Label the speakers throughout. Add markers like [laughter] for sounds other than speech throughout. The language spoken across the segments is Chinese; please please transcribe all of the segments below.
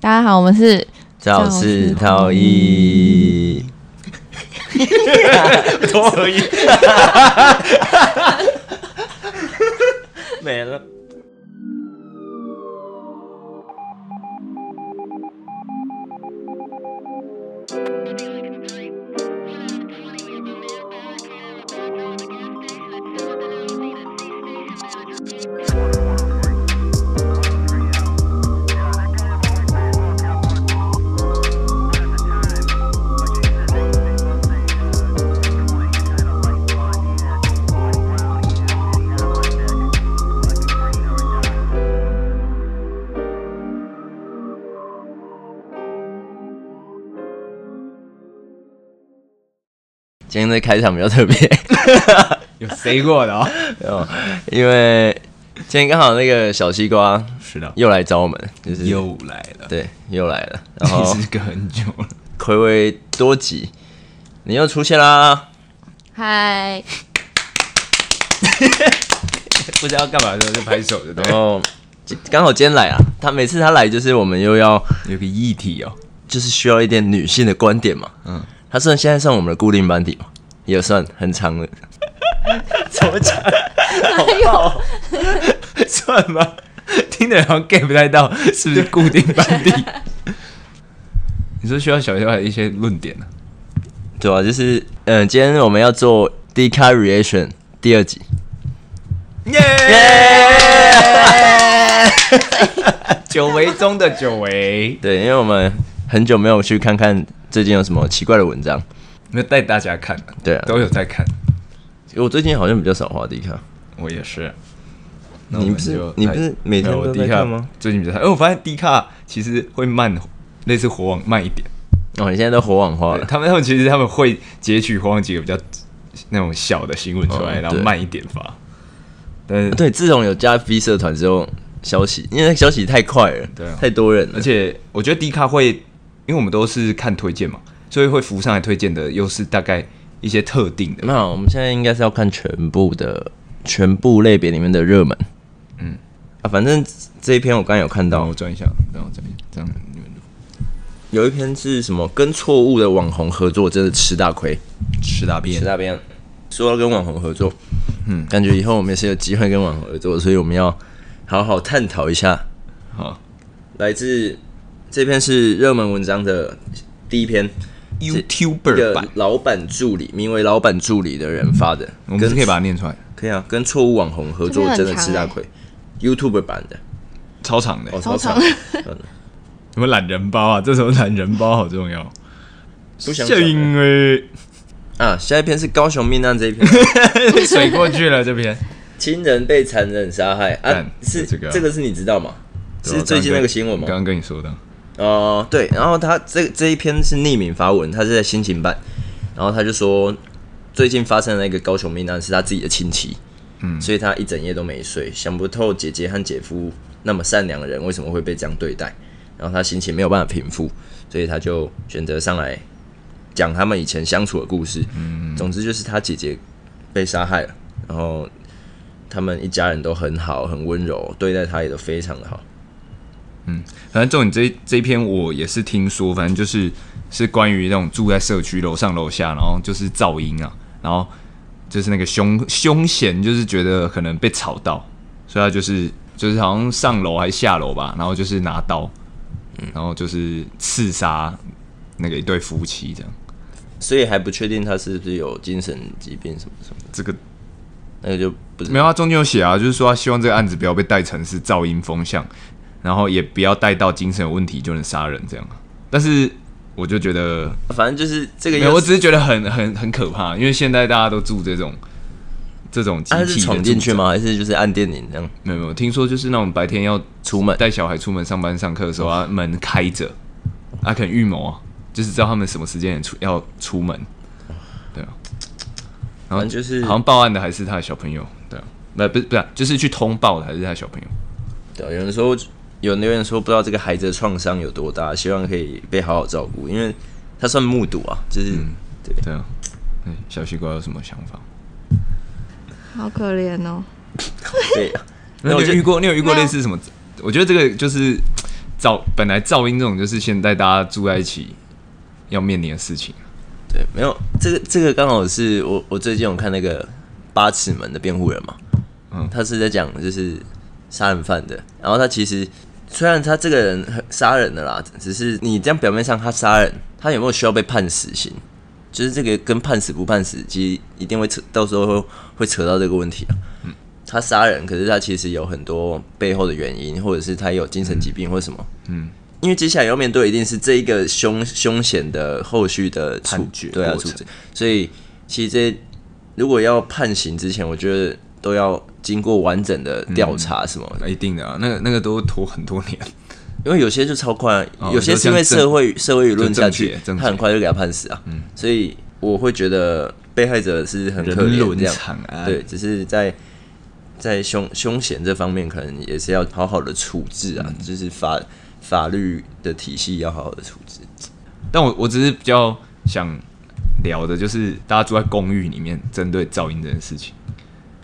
Speaker 1: 大家好，我们是
Speaker 2: 肇事逃逸，多而已，没了。今天的开场比较特别，
Speaker 3: 有塞过的哦。
Speaker 2: 哦因为今天刚好那个小西瓜
Speaker 3: 是的，
Speaker 2: 又来找我们，就是
Speaker 3: 又来了，
Speaker 2: 对又来了，然后
Speaker 3: [laughs] 其实隔很久了。
Speaker 2: 暌违多集，你又出现啦，
Speaker 1: 嗨，
Speaker 3: 不知道干嘛的时候就拍手，对不
Speaker 2: 然？后今刚好今天来啊，他每次他来就是我们又要
Speaker 3: 有个议题哦， [laughs]
Speaker 2: 就是需要一点女性的观点嘛。嗯
Speaker 3: 嗯，
Speaker 2: 他算现在算我们的固定班底嘛，也算很长的。怎么讲？
Speaker 1: 哎呦，
Speaker 3: 算吗？听的人好像 get 不太到，是不是固定班底？ [laughs] 你说需要小小的一些论点呢、
Speaker 2: 对啊，就是嗯、呃今天我们要做 D c a reaction 第二集。
Speaker 3: 耶、 [laughs] 久违中的久违，
Speaker 2: 对，因为我们很久没有去看看最近有什么奇怪的文章。
Speaker 3: 没有带大家看、啊，
Speaker 2: 对啊
Speaker 3: 都有在看，
Speaker 2: 我最近好像比较少滑 D c a
Speaker 3: 我也是。那我
Speaker 2: 你
Speaker 3: 们
Speaker 2: 不是
Speaker 3: 就
Speaker 2: 你
Speaker 3: 来
Speaker 2: 不是每天
Speaker 3: 没有我
Speaker 2: 都在
Speaker 3: D 啊
Speaker 2: 看
Speaker 3: 卡
Speaker 2: 吗？？
Speaker 3: 最近比较少，哦因为我发现 D 卡其实会慢，类似火网慢一点。
Speaker 2: 哦，你现在都火网化
Speaker 3: 对
Speaker 2: 了。
Speaker 3: 他们他们其实他们会截取火网几个比较那种小的新闻出来，
Speaker 2: 哦
Speaker 3: 然后
Speaker 2: 对
Speaker 3: 慢一点发。但是 [laughs]
Speaker 2: 对，自从有加 V 社团之后，消息因为那个消息太快了，
Speaker 3: 对啊
Speaker 2: 太多人了
Speaker 3: 而。且我觉得 D 卡会，因为我们都是看推荐嘛，所以会浮上来推荐的又是大概一些特定的。
Speaker 2: 那我们现在应该是要看全部的全部类别里面的热门。嗯啊，反正这一篇我刚刚有看
Speaker 3: 让
Speaker 2: 到
Speaker 3: 我，转一下，让我转一下，这样你们
Speaker 2: 有一篇是什么跟错误的网红合作，真的吃大亏，
Speaker 3: 吃大便
Speaker 2: 吃。大便。说要跟网红合作，嗯，感觉以后我们也是有机会跟网红合作，所以我们要好好探讨一下。
Speaker 3: 好
Speaker 2: 来自这篇是热门文章的第一篇，一
Speaker 3: ，YouTuber
Speaker 2: 个
Speaker 3: 版，
Speaker 2: 老板助理，名为老板助理的人发的，
Speaker 3: 我们是可以把它念出来，
Speaker 2: 可以啊，跟错误网红合作
Speaker 1: 这篇很
Speaker 2: 真的吃大亏，YouTube 版的。哦
Speaker 3: 超长的。
Speaker 2: 超
Speaker 1: 长
Speaker 2: 长， [laughs] 嗯
Speaker 3: 什么懒人包啊？这时候懒人包好重要。
Speaker 2: 不想
Speaker 3: 就
Speaker 2: 讲
Speaker 3: 因
Speaker 2: [laughs]
Speaker 3: 为
Speaker 2: 啊！下一篇是高雄命案这一篇，
Speaker 3: 水过去了这边。
Speaker 2: 亲人被残忍杀害啊
Speaker 3: 干！
Speaker 2: 是
Speaker 3: 这个啊
Speaker 2: 这个是你知道吗？
Speaker 3: 对
Speaker 2: 是
Speaker 3: 啊
Speaker 2: 最近那
Speaker 3: 刚刚跟
Speaker 2: 个新闻
Speaker 3: 刚
Speaker 2: 吗？
Speaker 3: 刚跟你说的，
Speaker 2: 哦，对，然后他这这一篇是匿名发文，他是在心情版，然后他就说最近发生的那个高雄命案是他自己的亲戚，
Speaker 3: 嗯
Speaker 2: 所以他一整夜都没睡，想不透姐姐和姐夫那么善良的人为什么会被这样对待，然后他心情没有办法平复，所以他就选择上来讲他们以前相处的故事。总之就是他姐姐被杀害了，然后他们一家人都很好，很温柔，对待他也都非常的好。
Speaker 3: 反正重点这一这一篇我也是听说，反正就是是关于那种住在社区楼上楼下，然后就是噪音啊，然后就是那个凶凶险，就是觉得可能被吵到，所以他就是就是好像上楼还是下楼吧，然后就是拿刀，然后就是刺杀那个一对夫妻这样。
Speaker 2: 所以还不确定他是不是有精神疾病什么什么，
Speaker 3: 这个
Speaker 2: 那个就不是
Speaker 3: 没有，他中间有写啊，就是说他希望这个案子不要被带成是噪音风向，然后也不要带到精神有问题就能杀人这样。但是我就觉得，
Speaker 2: 反正就是这个
Speaker 3: 没
Speaker 2: 又
Speaker 3: 有，
Speaker 2: 是，
Speaker 3: 我只是觉得很很很可怕，因为现在大家都住这种这种集
Speaker 2: 啊他
Speaker 3: 体
Speaker 2: 是
Speaker 3: 的
Speaker 2: 闯进去
Speaker 3: 住宅？
Speaker 2: 吗？还是就是按电铃这样
Speaker 3: 没有没有，听说就是那种白天要
Speaker 2: 出门？
Speaker 3: 带小孩出门上班上课的时候啊，门开着，啊，可能预谋啊，就是知道他们什么时间出要出门，对啊。
Speaker 2: 反
Speaker 3: 然后
Speaker 2: 正就是
Speaker 3: 好像报案的还是他的小朋友，对啊，不不是不是啊，就是去通报的还是他的小朋友。
Speaker 2: 对，啊有人说有留言说不知道这个孩子的创伤有多大，希望可以被好好照顾，因为他算目睹啊，就是、对
Speaker 3: 对啊，哎，小西瓜有什么想法？
Speaker 1: 好可怜哦。
Speaker 2: 对啊。
Speaker 3: 那
Speaker 2: 我
Speaker 3: 你
Speaker 2: 就
Speaker 3: 有遇过？你有遇过
Speaker 1: 没有
Speaker 3: 类似什么？我觉得这个就是噪本来噪音这种就是现在大家住在一起要面临的事情。
Speaker 2: [laughs] 对，没有这个这个刚好是我我最近有看那个八尺门的辩护人嘛，
Speaker 3: 嗯
Speaker 2: 他是在讲就是杀人犯的，然后他其实虽然他这个人很杀人的啦，只是你这样表面上他杀人，他有没有需要被判死刑？就是这个跟判死不判死，其实一定会扯，到时候会会扯到这个问题啊。
Speaker 3: 嗯
Speaker 2: 他杀人，可是他其实有很多背后的原因，或者是他有精神疾病或什么。
Speaker 3: 嗯，
Speaker 2: 因为接下来要面对一定是这一个凶凶险的后续的处
Speaker 3: 判决
Speaker 2: 对啊，
Speaker 3: 过
Speaker 2: 处
Speaker 3: 程
Speaker 2: 置。所以其实这些如果要判刑之前，我觉得都要经过完整的调查什么的，
Speaker 3: 那一定的啊，那个那个都拖很多年。
Speaker 2: 因为有些就超快啊，
Speaker 3: 哦
Speaker 2: 有些是因为社会社会舆论下去
Speaker 3: 就，
Speaker 2: 他
Speaker 3: 正解
Speaker 2: 很快就给他判死啊。
Speaker 3: 嗯
Speaker 2: 所以我会觉得被害者是很可
Speaker 3: 人
Speaker 2: 怜
Speaker 3: 伦
Speaker 2: 这样
Speaker 3: 惨，案
Speaker 2: 对，只是在。在凶凶险这方面，可能也是要好好的处置啊，
Speaker 3: 嗯
Speaker 2: 就是法法律的体系要好好的处置。
Speaker 3: 但我我只是比较想聊的，就是大家住在公寓里面，针对噪音这件事情。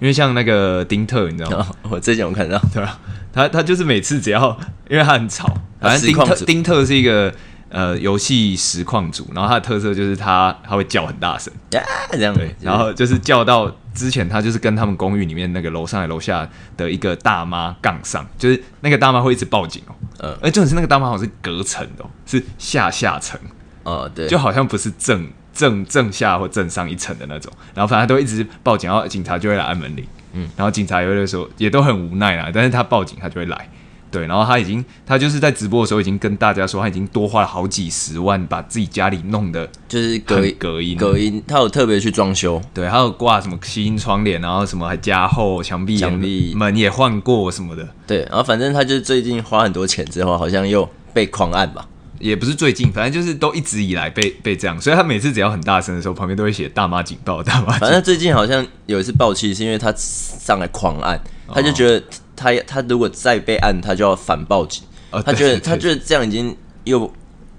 Speaker 3: 因为像那个丁特，你知道吗？
Speaker 2: 啊，我之前有看到，
Speaker 3: 对啊，他他就是每次只要，因为他很吵，反正
Speaker 2: 实
Speaker 3: 丁
Speaker 2: 况
Speaker 3: 特
Speaker 2: 组
Speaker 3: 丁特是一个呃游戏实况组，然后他的特色就是他他会叫很大声，
Speaker 2: 啊，这样，
Speaker 3: 对，然后嗯就是叫到之前他就是跟他们公寓里面那个楼上来楼下的一个大妈杠上，就是那个大妈会一直报警哦，
Speaker 2: 嗯
Speaker 3: 嗯，而重点是那个大妈好像是隔层的、哦，是下下层，
Speaker 2: 哦，对，
Speaker 3: 就好像不是正正正下或正上一层的那种，然后反正都一直报警，然后警察就会来按门铃，嗯，然后警察也会说也都很无奈啊啦，但是他报警他就会来，对，然后他已经他就是在直播的时候已经跟大家说他已经多花了好几十万把自己家里弄得
Speaker 2: 就是隔
Speaker 3: 很隔音
Speaker 2: 隔音，他有特别去装修，
Speaker 3: 对，还有挂什么吸音窗帘，然后什么还加厚墙壁、
Speaker 2: 墙壁
Speaker 3: 门也换过什么的，
Speaker 2: 对，然后反正他就是最近花很多钱之后，好像又被狂按吧，
Speaker 3: 也不是最近，反正就是都一直以来被被这样，所以他每次只要很大声的时候，旁边都会写大妈警报、大妈警
Speaker 2: 反正最近好像有一次爆气，是因为他上来狂按，他
Speaker 3: 哦
Speaker 2: 就觉得他他如果再被按，他就要反报警，
Speaker 3: 哦
Speaker 2: 他觉得
Speaker 3: 对对
Speaker 2: 他觉得这样已经又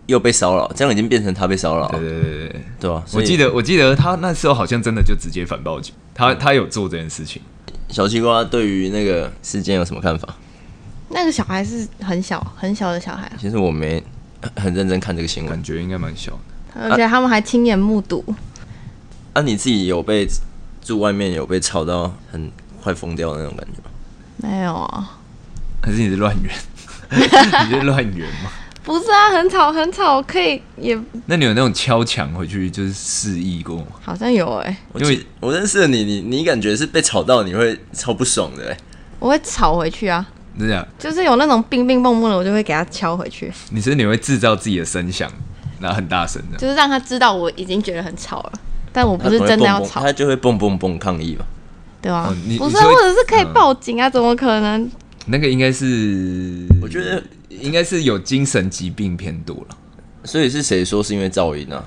Speaker 2: 又被骚扰，这样已经变成他被骚扰
Speaker 3: 报。
Speaker 2: 了，
Speaker 3: 对对对对，
Speaker 2: 对吧？
Speaker 3: 我记
Speaker 2: 得
Speaker 3: 得我记得他那时候好像真的就直接反报警，
Speaker 2: 嗯
Speaker 3: 他他有做这件事情，
Speaker 2: 小西瓜对于那个事件有什么看法？
Speaker 1: 那个小孩是很小很小的小孩啊，
Speaker 2: 其实我没很很认真看这个新闻
Speaker 3: 感，觉应该蛮小的。
Speaker 1: 而且他们还亲眼目睹。
Speaker 2: 啊，你自己有被住外面有被吵到很快疯掉的那种感觉吗？
Speaker 1: 没有啊，
Speaker 3: 还是你是乱
Speaker 2: [laughs]
Speaker 3: 源？你是乱源吗？
Speaker 1: 不是啊，很吵很吵，可以也
Speaker 3: 那你有那种敲墙回去就是示意过吗？
Speaker 1: 好像有哎、
Speaker 2: 我
Speaker 3: 因为
Speaker 2: 记我认识的你，你你感觉是被吵到，你会超不爽的、欸。
Speaker 1: 我会吵回去啊，
Speaker 3: 是这样，
Speaker 1: 就是有那种冰冰蹦蹦的，我就会给他敲回去，
Speaker 3: 你是你会制造自己的声响，然后很大声的。
Speaker 1: 就是让他知道我已经觉得很吵了，但我
Speaker 2: 他
Speaker 1: 不是
Speaker 2: 可能会
Speaker 1: 真的
Speaker 2: 蹦
Speaker 1: 要
Speaker 2: 蹦
Speaker 1: 吵，
Speaker 2: 他就会蹦蹦蹦抗议吧。
Speaker 1: 对吧、
Speaker 3: 哦你
Speaker 1: 不
Speaker 3: 你
Speaker 1: 是
Speaker 3: 是
Speaker 1: 啊，
Speaker 3: 会
Speaker 1: 或者是可以
Speaker 3: 嗯
Speaker 1: 报警啊，怎么可能？
Speaker 3: 那个应该是，
Speaker 2: 我觉得
Speaker 3: 应该是有精神疾病偏多了。
Speaker 2: 所以是谁说是因为噪音啊？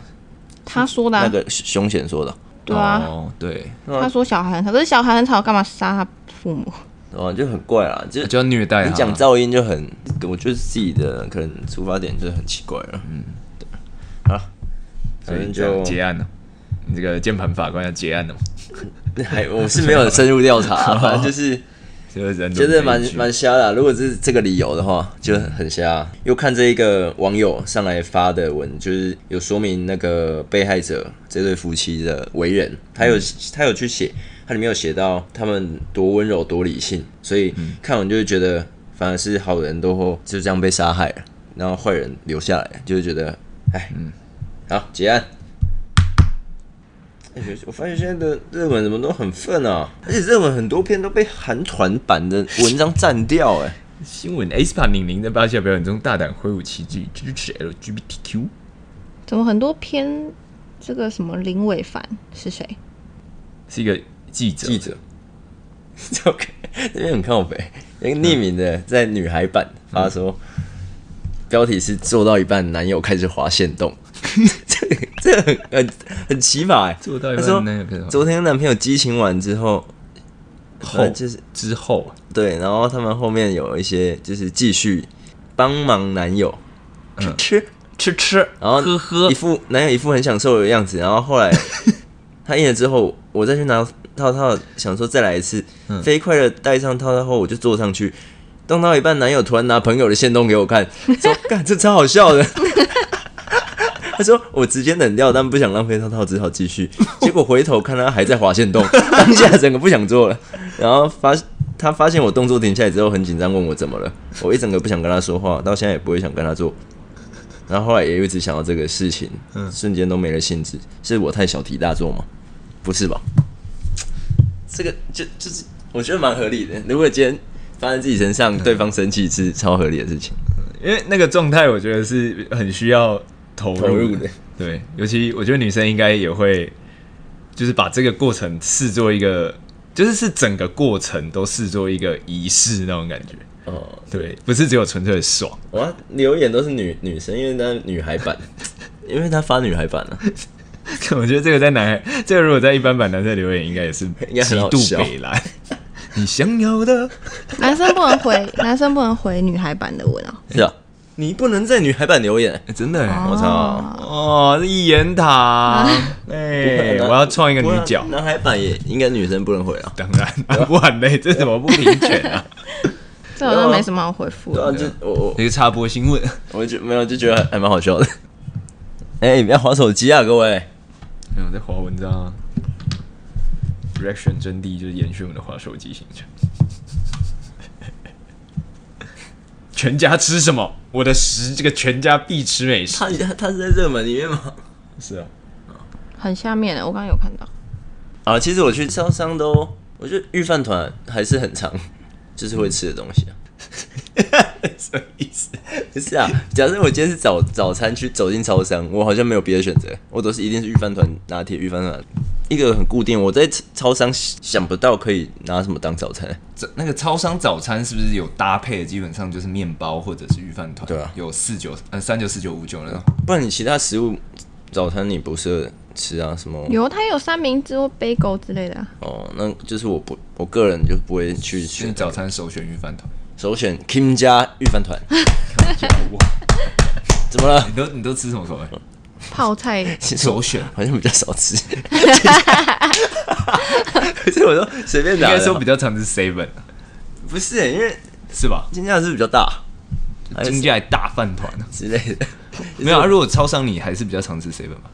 Speaker 1: 他说的、啊，
Speaker 2: 那个凶险说的，
Speaker 1: 对啊。
Speaker 3: 哦，对，
Speaker 1: 他说小孩很吵，可是小孩很吵，干嘛杀他父母？
Speaker 2: 哦，就很怪啦。就
Speaker 3: 就要虐待
Speaker 2: 你
Speaker 3: 他。
Speaker 2: 讲噪音就很，我觉得自己的可能出发点就很奇怪了。嗯，对。好了，
Speaker 3: 所
Speaker 2: 反正
Speaker 3: 以这样
Speaker 2: 就
Speaker 3: 结案了。你这个键盘法官要结案了嘛？
Speaker 2: 还我是没有深入调查 [laughs] 啊，反正就是。
Speaker 3: 就是人
Speaker 2: 觉
Speaker 3: 伦
Speaker 2: 得
Speaker 3: 悲
Speaker 2: 蛮
Speaker 3: 剧
Speaker 2: 蛮瞎的啊、如果是这个理由的话，就很瞎啊、又看这一个网友上来发的文，就是有说明那个被害者这对夫妻的为人，他有、他有去写，他里面有写到他们多温柔多理性，所以看完就会觉得，反而是好人都就这样被杀害了，然后坏人留下来，就会觉得，哎，好结案。哎我发现现在的日文怎么都很愤啊，而且日文很多篇都被韩团版的文章占掉、哎，
Speaker 3: 新闻 a s p a 零零在巴西亚表演中大胆挥舞旗帜，支持 LGBTQ。
Speaker 1: 怎么很多篇这个什么林伟凡是谁？ [laughs]
Speaker 3: 是一个记者，
Speaker 2: 记 [laughs] 者，这个 [laughs] 这边很靠北，一个匿名的在女孩版发说，标题是做到一半，男友开始滑线 [laughs] 动，这个这个很很很奇葩、哎，
Speaker 3: 做到一
Speaker 2: 他说
Speaker 3: 半男友开始滑
Speaker 2: 昨天男朋友激情完之后，
Speaker 3: 后
Speaker 2: 就是
Speaker 3: 之后啊
Speaker 2: 对，然后他们后面有一些就是继续帮忙男友去吃。
Speaker 3: 吃吃，
Speaker 2: 然后
Speaker 3: 喝喝
Speaker 2: 一，副男友一副很享受的样子，然后后来他硬了之后，我再去拿套套，想说再来一次。飞快的戴上套套后，我就坐上去，动到一半，男友突然拿朋友的线动给我看，说：“干，这超好笑的。” [laughs] 他说：“我直接冷掉，但不想浪费套套，只好继续。”结果回头看他还在滑线动，当下整个不想做了。然后发他发现我动作停下来之后，很紧张，问我怎么了。我一整个不想跟他说话，到现在也不会想跟他做。然后后来也一直想到这个事情，
Speaker 3: 嗯
Speaker 2: 瞬间都没了兴致。是我太小题大做吗？不是吧？这个就就是我觉得蛮合理的。如果今天发生自己身上，
Speaker 3: 嗯
Speaker 2: 对方生气是超合理的事情。
Speaker 3: 因为那个状态，我觉得是很需要投入
Speaker 2: 投入的
Speaker 3: 对，尤其我觉得女生应该也会，就是把这个过程视作一个，就是是整个过程都视作一个仪式那种感觉。
Speaker 2: 哦，
Speaker 3: 对，不是只有纯粹的爽。 [laughs]
Speaker 2: 哇，留言都是女女生，因为她女孩版，因为她发女孩版啊，
Speaker 3: 嗯我觉得这个在男孩，这个如果在一般版男生留言，应该也是哎
Speaker 2: 应该
Speaker 3: 极
Speaker 2: 很好
Speaker 3: 度
Speaker 2: 笑
Speaker 3: 北蓝。你想要的，
Speaker 1: 男生不能回，男生不能回女孩版的文啊。
Speaker 2: 是啊，你不能在女孩版留言。
Speaker 3: 欸真的欸、
Speaker 2: 我操，
Speaker 3: 哦，是一言堂。哎、
Speaker 2: 不可能
Speaker 3: 我要创一个女角
Speaker 2: 不。然男孩版也应该女生不能回啊。
Speaker 3: 当然， [laughs] 啊、不然嘞，这怎么不平
Speaker 2: [laughs]
Speaker 3: 权啊？
Speaker 1: 这好像没什么好回复
Speaker 2: 对啊，
Speaker 1: 的。
Speaker 2: 就我我
Speaker 3: 这个插播新闻，
Speaker 2: 我就没有就觉得还蛮好笑的。 [laughs] 哎、不要划手机啊，各位！
Speaker 3: 没有我在划文章、啊。Reaction 真谛就是延续我们的划手机行程。 [laughs] 全家吃什么？我的食，这个全家必吃美食。
Speaker 2: 他他他是在热门里面吗？
Speaker 3: 是啊， [laughs]
Speaker 1: 很下面的，我刚刚有看到。
Speaker 2: [laughs] 啊，其实我去超商都，我觉得御饭团还是很常，就是会吃的东西啊。
Speaker 3: 什么意思？
Speaker 2: 不是啊，假设我今天是早早餐去走进超商，我好像没有别的选择，我都是一定是御饭团、拿铁、御饭团，一个很固定。我在超商想不到可以拿什么当早餐。
Speaker 3: 这那个超商早餐是不是有搭配的？基本上就是面包或者是御饭团。
Speaker 2: 对啊嗯
Speaker 3: 有四九呃三九四九五九那种。
Speaker 2: 不然你其他食物早餐你不适合吃啊，什么
Speaker 1: 有，它有三明治或杯狗之类的啊。
Speaker 2: 哦，那就是我不我个人就不会去
Speaker 3: 就是
Speaker 2: 选，
Speaker 3: 早餐首选御饭团。
Speaker 2: 首选 Kim 家御饭团。怎么了？
Speaker 3: 你都你都吃什么
Speaker 2: [laughs]
Speaker 3: 口味？
Speaker 1: 泡
Speaker 3: [laughs]
Speaker 1: 菜
Speaker 2: 其实我
Speaker 3: 首选
Speaker 2: 好像比较少
Speaker 3: [laughs]
Speaker 2: 吃，可是我都随便
Speaker 3: 应
Speaker 2: 拿的啊。
Speaker 3: 该说比较常吃 seven
Speaker 2: 不是欸、因为
Speaker 3: 是吧？
Speaker 2: 金价是比较大哎还是
Speaker 3: 金价大饭团
Speaker 2: 之类的。
Speaker 3: 没有啊？如果超商你还是比较常吃 seven 吧？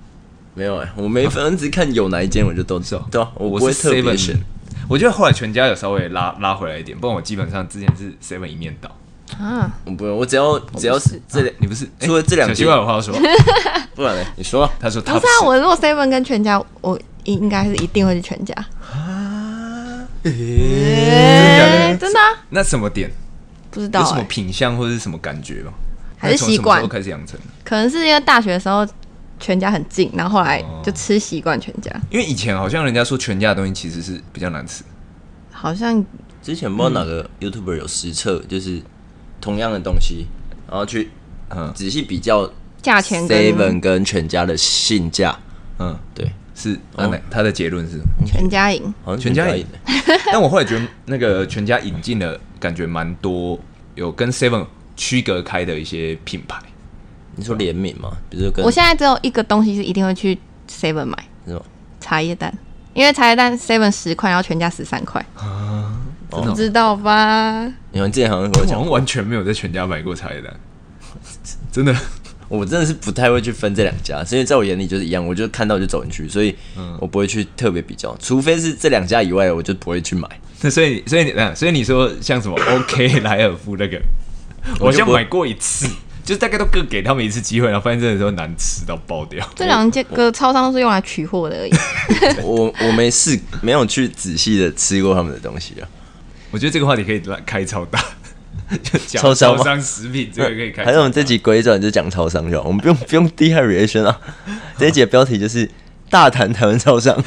Speaker 2: 没有哎、我没分，只看有哪一间我就都知道。对啊，我不会
Speaker 3: 是
Speaker 2: 特别
Speaker 3: seven
Speaker 2: 选。。
Speaker 3: 我觉得后来全家有稍微拉拉回来一点，不然我基本上之前是 seven 一面倒。
Speaker 1: 啊，
Speaker 2: 我不用，我只要只要是这两，
Speaker 3: 你不是
Speaker 2: 除了这两
Speaker 3: 小
Speaker 2: 间
Speaker 3: 西怪有
Speaker 1: [laughs]
Speaker 3: 话要说，
Speaker 2: 不然呢？你说啊
Speaker 3: 他说他
Speaker 1: 不是啊，我如果 seven 跟全家，我应该是一定会去全家。诶真的啊
Speaker 3: 那什么点
Speaker 1: 不知道
Speaker 3: 有什么
Speaker 1: 哎，
Speaker 3: 品相或者是什么感觉吗？
Speaker 1: 还是
Speaker 3: 从什么
Speaker 1: 习惯
Speaker 3: 时候开始养成的？
Speaker 1: 可能是因为大学的时候全家很近，然后后来就吃习惯全家，
Speaker 3: 因为以前好像人家说全家的东西其实是比较难吃，
Speaker 1: 好像
Speaker 2: 之前
Speaker 3: 嗯
Speaker 2: 不知道哪个 YouTuber 有实测，就是同样的东西，然后去
Speaker 3: 嗯
Speaker 2: 仔细比较
Speaker 1: 价钱跟
Speaker 2: Seven 跟全家的性价，
Speaker 3: 嗯，
Speaker 2: 对，
Speaker 3: 是
Speaker 2: 哦
Speaker 3: 他哪他的结论是什么？
Speaker 1: 全家赢。
Speaker 2: 好像
Speaker 3: 全家
Speaker 2: 赢
Speaker 3: 赢。 [laughs] 但我后来觉得那个全家引进了，感觉蛮多有跟 Seven 区隔开的一些品牌，
Speaker 2: 你说联名嘛，比如说跟
Speaker 1: 我现在只有一个东西是一定会去 seven 买，
Speaker 2: 是吗？
Speaker 1: 茶叶蛋，因为茶叶蛋 seven 十块，然后全家十三块，
Speaker 2: 啊
Speaker 3: [laughs] 真的
Speaker 1: 不
Speaker 3: 哦、
Speaker 1: 知道吧？
Speaker 2: 你们之前好像跟我
Speaker 3: 我
Speaker 2: 讲
Speaker 3: 好，像完全没有在全家买过茶叶蛋，真的。 [laughs]
Speaker 2: 我真的是不太会去分这两家，是因为在我眼里就是一样，我就看到就走进去，所以我不会去特别比较，除非是这两家以外的，我就不会去买。 [laughs]
Speaker 3: 那所以，所以你，那所以你说像什么 OK [laughs] 莱尔夫那个，我好
Speaker 2: 就
Speaker 3: 像
Speaker 2: 不
Speaker 3: 买过一次，就是大概都各给他们一次机会，然后发现真的时候难吃到爆掉。
Speaker 1: 这两间个超商都是用来取货的
Speaker 2: [laughs]
Speaker 1: 而已。
Speaker 2: 我我没试，没有去仔细的吃过他们的东西啊。
Speaker 3: 我觉得这个话题可以拉开超大， [laughs] 就讲
Speaker 2: 超商
Speaker 3: 超
Speaker 2: 吗
Speaker 3: 商食品这个可以开超大。
Speaker 2: 还有我们这集鬼转就讲超商就好，我们不用不用 D 害 reaction 啊。这一集的标题就是大谈台湾超商。 [laughs]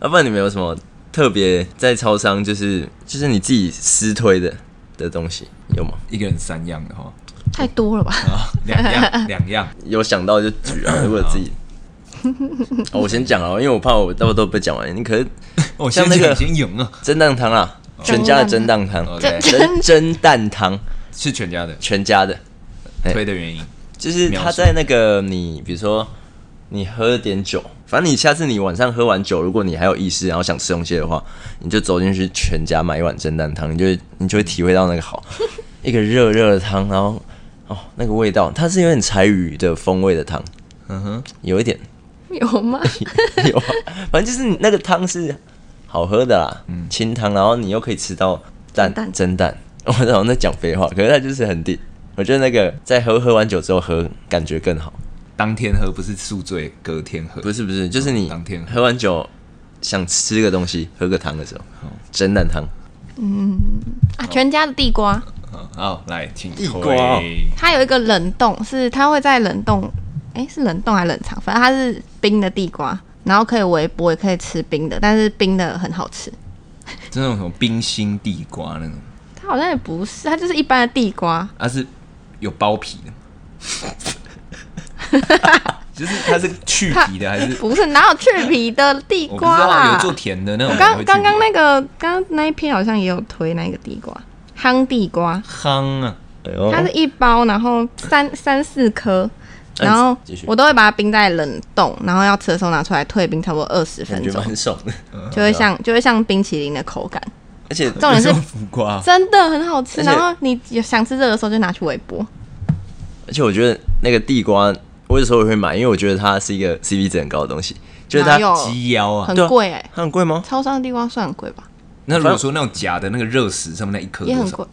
Speaker 2: 啊，不然你们有什么特别在超商就是就是你自己私推的的东西有吗？
Speaker 3: 一个人三样的哈，
Speaker 1: 太多了吧？
Speaker 2: 啊 [laughs]
Speaker 3: 两样两样，
Speaker 2: 有想到就举啊，如果自己。哦、我先讲啊，因为我怕我到时候被讲完。你可是
Speaker 3: 哦，
Speaker 2: 像那个
Speaker 3: 先赢啊，
Speaker 2: 蒸蛋汤啊，全家的蒸蛋汤，
Speaker 3: 蒸
Speaker 2: 蒸蒸蛋汤，
Speaker 3: 是全家的
Speaker 2: 全家的。哎
Speaker 3: 推的原因。
Speaker 2: 就是
Speaker 3: 描
Speaker 2: 他
Speaker 3: 述
Speaker 2: 在那个你，比如说你喝了点酒，反正你下次你晚上喝完酒，如果你还有意识，然后想吃东西的话，你就走进去全家买一碗蒸蛋汤，你就会你就会体会到那个好。一个热热的汤，然后哦那个味道，它是有点柴鱼的风味的汤，
Speaker 3: 嗯哼，
Speaker 2: 有一点
Speaker 1: [laughs] 有吗？
Speaker 2: [laughs] 有啊，反正就是你那个汤是好喝的啦，清汤，然后你又可以吃到蛋
Speaker 1: 蒸蛋
Speaker 2: 蒸蛋， [laughs] 我好像在讲废话，可是它就是很顶。我觉得那个在喝喝完酒之后喝，感觉更好。
Speaker 3: 当天喝不是宿醉，隔天喝，
Speaker 2: 不是不是，就是你
Speaker 3: 当天
Speaker 2: 喝完酒想吃个东西，喝个汤的时候，
Speaker 3: 哦
Speaker 2: 蒸蛋汤。
Speaker 1: 啊，全家的地瓜，
Speaker 3: 嗯好，来，请
Speaker 2: 地
Speaker 3: 推
Speaker 2: 瓜哦
Speaker 1: 它有一个冷冻，是它会在冷冻，诶，是冷冻还是冷藏？反正它是冰的地瓜，然后可以微波，也可以吃冰的，但是冰的很好吃。
Speaker 3: 就那种什么冰心地瓜那种，
Speaker 1: 它好像也不是，它就是一般的地瓜，
Speaker 3: 它是有包皮
Speaker 1: [laughs]
Speaker 3: 的吗，就是它是去皮的还是
Speaker 1: 不是哪有去皮的地
Speaker 3: 我不知
Speaker 1: 瓜啊
Speaker 3: 道有
Speaker 1: 啦
Speaker 3: 做？甜的那种才会去
Speaker 1: 刚刚
Speaker 3: 皮。
Speaker 1: 刚那个刚刚那一篇好像也有推那个地瓜，夯地瓜，
Speaker 3: 夯啊，
Speaker 2: 哎呦
Speaker 1: 它是一包，然后三三四颗。
Speaker 2: 哎
Speaker 1: 然后
Speaker 2: 继续
Speaker 1: 我都会把它冰在冷冻，然后要吃的时候拿出来退冰，差不多二十分
Speaker 2: 感觉
Speaker 1: 钟，
Speaker 2: 蛮爽的，
Speaker 3: 嗯
Speaker 1: 就会像就会像冰淇淋的口感。
Speaker 2: 而且
Speaker 1: 重点是
Speaker 3: 有这种苦瓜啊，
Speaker 1: 真的很好吃。
Speaker 2: 而且
Speaker 1: 然后你有想吃这个的时候就拿去微波，
Speaker 2: 而且我觉得那个地瓜，我有时候也会买，因为我觉得它是一个 CP 值很高的东西，就是它
Speaker 1: 哪有
Speaker 3: 鸡腰啊
Speaker 1: 很。
Speaker 2: 对啊
Speaker 1: 贵哎、
Speaker 2: 它很贵吗？
Speaker 1: 超商的地瓜算很贵吧？
Speaker 3: 那如果说那种假的那个热食上面那一颗
Speaker 1: 也
Speaker 3: 多
Speaker 1: 很
Speaker 3: 少
Speaker 1: 贵？，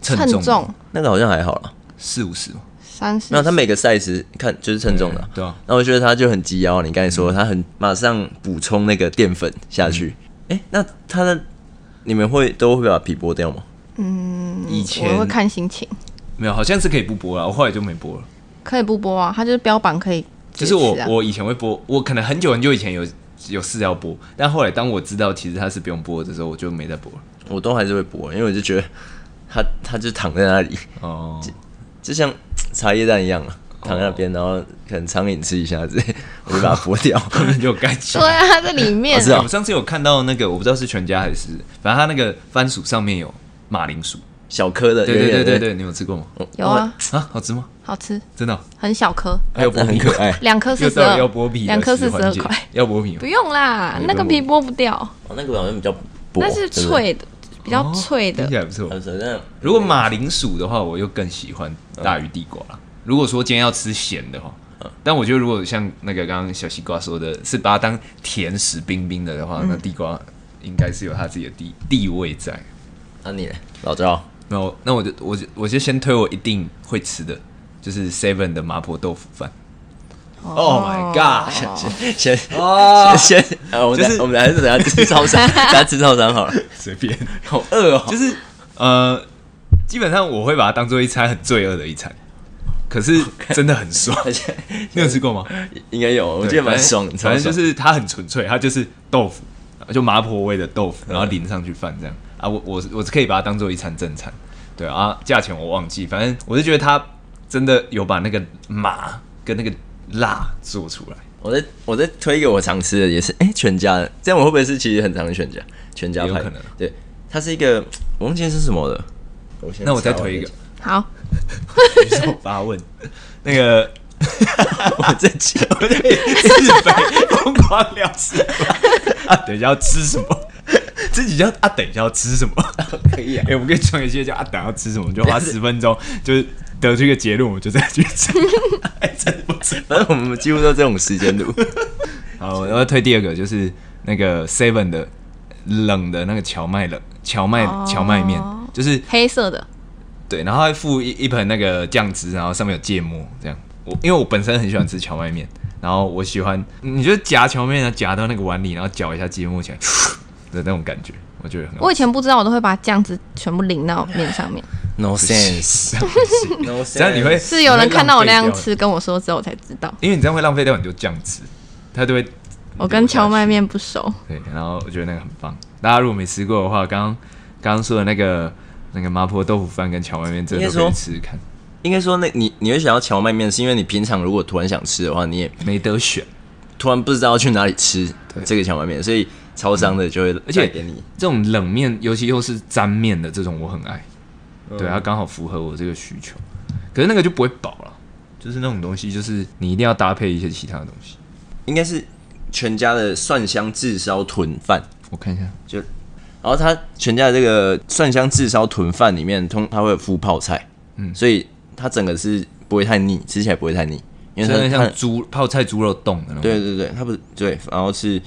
Speaker 3: 称
Speaker 1: 称重
Speaker 3: 重
Speaker 2: 那个好像还好啦，
Speaker 3: 四五十吗，
Speaker 1: 三十
Speaker 2: 没有，它每个 size 看就是称重的啊。
Speaker 3: 对啊，嗯
Speaker 2: 那我觉得它就很鸡腰，你刚才说它很马上补充那个淀粉下去。
Speaker 3: 嗯
Speaker 2: 哎，那它的你们会都会把皮剥掉吗？
Speaker 3: 以
Speaker 1: 嗯我会
Speaker 3: 前
Speaker 1: 看心情，
Speaker 3: 没有，好像是可以不播了，我后来就没播了。
Speaker 1: 可以不播啊，它就是标榜可以、直
Speaker 3: 就
Speaker 1: 接
Speaker 3: 是我
Speaker 1: 吃啊
Speaker 3: 我以前会播，我可能很久很久以前有有事要播，但后来当我知道其实它是不用播的时候，我就没再播了。
Speaker 2: 我都还是会剥，因为我就觉得它它就躺在那里，
Speaker 3: 哦， [laughs]
Speaker 2: 就像茶叶蛋一样啊，躺在那边，然后可能苍蝇吃一下子， [laughs] 我就把它剥
Speaker 3: [laughs]
Speaker 2: 掉。
Speaker 3: 他们就该吃
Speaker 1: 对。啊，它在里面、
Speaker 2: 哦 [laughs] 是啊
Speaker 3: 欸我上次有看到那个，我不知道是全家还是，反正它那个番薯上面有马铃薯。
Speaker 2: 小颗的，
Speaker 3: 对
Speaker 2: 有
Speaker 3: 对
Speaker 2: 点
Speaker 3: 对对对，你有吃过吗？
Speaker 1: 有啊，
Speaker 3: 啊，好吃吗？
Speaker 1: 好吃，
Speaker 3: 真的哦、
Speaker 1: 很小颗，
Speaker 3: 还有
Speaker 2: 啊那
Speaker 3: 剥
Speaker 2: 很
Speaker 3: 皮，
Speaker 2: 可爱。
Speaker 1: 两颗
Speaker 3: 又
Speaker 1: 四十
Speaker 3: 到
Speaker 1: 二
Speaker 3: 了要剥皮，
Speaker 1: 两颗四十二
Speaker 3: 环节
Speaker 1: 块，
Speaker 3: 要剥皮吗
Speaker 1: 不。用啦
Speaker 3: 哎，
Speaker 1: 那个皮剥不掉，
Speaker 2: 哦，那个好像比较薄，
Speaker 1: 那是
Speaker 2: 对不对，
Speaker 1: 脆的，比
Speaker 3: 哦
Speaker 1: 较脆的
Speaker 3: 听起。来不错
Speaker 2: 还。有什么？
Speaker 3: 如果马铃薯的话，我又更喜欢
Speaker 2: 嗯
Speaker 3: 大于地瓜啦。如果说今天要吃咸的话，但我觉得如果像那个刚刚小西瓜说的，是把它当甜食冰冰的的
Speaker 2: 嗯
Speaker 3: 话，那地瓜应该是有它自己的地地位在。
Speaker 2: 那你呢老赵， [laughs]
Speaker 3: 那我那我就我就我就先推我一定会吃的，就是 Seven 的麻婆豆腐饭。Oh my god！
Speaker 2: 先
Speaker 3: [laughs] 啊，
Speaker 2: 先，啊，我们
Speaker 3: 就是
Speaker 2: 等下我们还是等下
Speaker 3: [laughs]
Speaker 2: 吃超商，等下吃超商好了。
Speaker 3: 随便，
Speaker 2: 好饿哦，
Speaker 3: 就是呃，基本上我会把它当做一餐很罪恶的一餐，可是真的 [laughs] 很爽。
Speaker 2: 而且
Speaker 3: 你有吃过吗？ [laughs]
Speaker 2: 应该有，我
Speaker 3: 对
Speaker 2: 记得蛮爽，
Speaker 3: 反正
Speaker 2: 超
Speaker 3: 就
Speaker 2: 爽
Speaker 3: 是它很纯粹，它就是豆腐，就麻婆味的豆腐，然后淋上去饭这样啊。我我是我是可以把它当做一餐正餐，对啊，价钱我忘记，反正我是觉得它真的有把那个麻跟那个辣做出来， [laughs]
Speaker 2: 我在我在推一个我常吃的，也是哎、全家的，这样我会不会是其实很常全家全家
Speaker 3: 也
Speaker 2: 派？
Speaker 3: 有可能啊
Speaker 2: 对，它是一个我忘记是什么了。我先
Speaker 3: 那我再
Speaker 2: 查
Speaker 3: 推一个，
Speaker 1: 好，
Speaker 3: 你说我发问，那个
Speaker 2: 我自己
Speaker 3: [laughs] 自卑疯狂聊事啊，等一下要吃什么？ [laughs] 自己叫啊，等一下要吃什么？
Speaker 2: 可以啊
Speaker 3: [laughs] 哎、。我们可以创一些叫啊，等下要吃什么，我们就 [laughs] 花十分钟，就是得出一个结论，我们就再去 [laughs] 吃。哎、真的不吃。
Speaker 2: 反正我们几乎都这种时间度，
Speaker 3: 好，我要推第二个，就是那个 Seven 的冷的那个荞麦冷荞麦
Speaker 1: 哦
Speaker 3: 荞麦面，就是
Speaker 1: 黑色的，
Speaker 3: 对，然后还附一一盆那个酱汁，然后上面有芥末这样。我因为我本身很喜欢吃荞麦面，然后我喜欢，你觉得夹荞麦面啊夹到那个碗里，然后搅一下芥末起来的那种感觉，我觉得很好
Speaker 1: 我以前不知道，我都会把酱汁全部淋到面上
Speaker 3: [laughs]
Speaker 1: 面，
Speaker 2: ，no
Speaker 3: 吃。
Speaker 2: [laughs]
Speaker 3: 这样不行
Speaker 2: sense，no
Speaker 3: 这样你会
Speaker 1: 是有人看到我那样
Speaker 3: 你会浪费掉
Speaker 1: 吃，跟我说之后我才知道。
Speaker 3: 因为你这样会浪费掉很多酱汁，它就会。
Speaker 1: 我跟荞麦面不熟，
Speaker 3: 对，然后我觉得那个很棒。大家如果没吃过的话，刚刚刚刚说的那个那个麻婆豆腐饭跟荞麦面，真的都可以吃吃看，
Speaker 2: 应该说那你你会想要荞麦面，是因为你平常如果突然想吃的话，你也
Speaker 3: 没得选。
Speaker 2: 突然不知道去哪里吃这个荞麦面，所以超商的就会
Speaker 3: 嗯而且
Speaker 2: 带给你。
Speaker 3: 这种冷面，尤其又是沾面的这种，我很爱。对，它刚好符合我这个需求。可是那个就不会饱了，就是那种东西，就是你一定要搭配一些其他的东西。
Speaker 2: 应该是全家的蒜香炙烧豚饭，
Speaker 3: 我看一下，
Speaker 2: 就然后他全家的这个蒜香炙烧豚饭里面，通它会有附泡菜，嗯，所以它整个是不会太腻，吃起来不会太腻，因
Speaker 3: 真的
Speaker 2: 为它它
Speaker 3: 像猪泡菜猪肉冻的那种。
Speaker 2: 对对对，它不是对，然后是，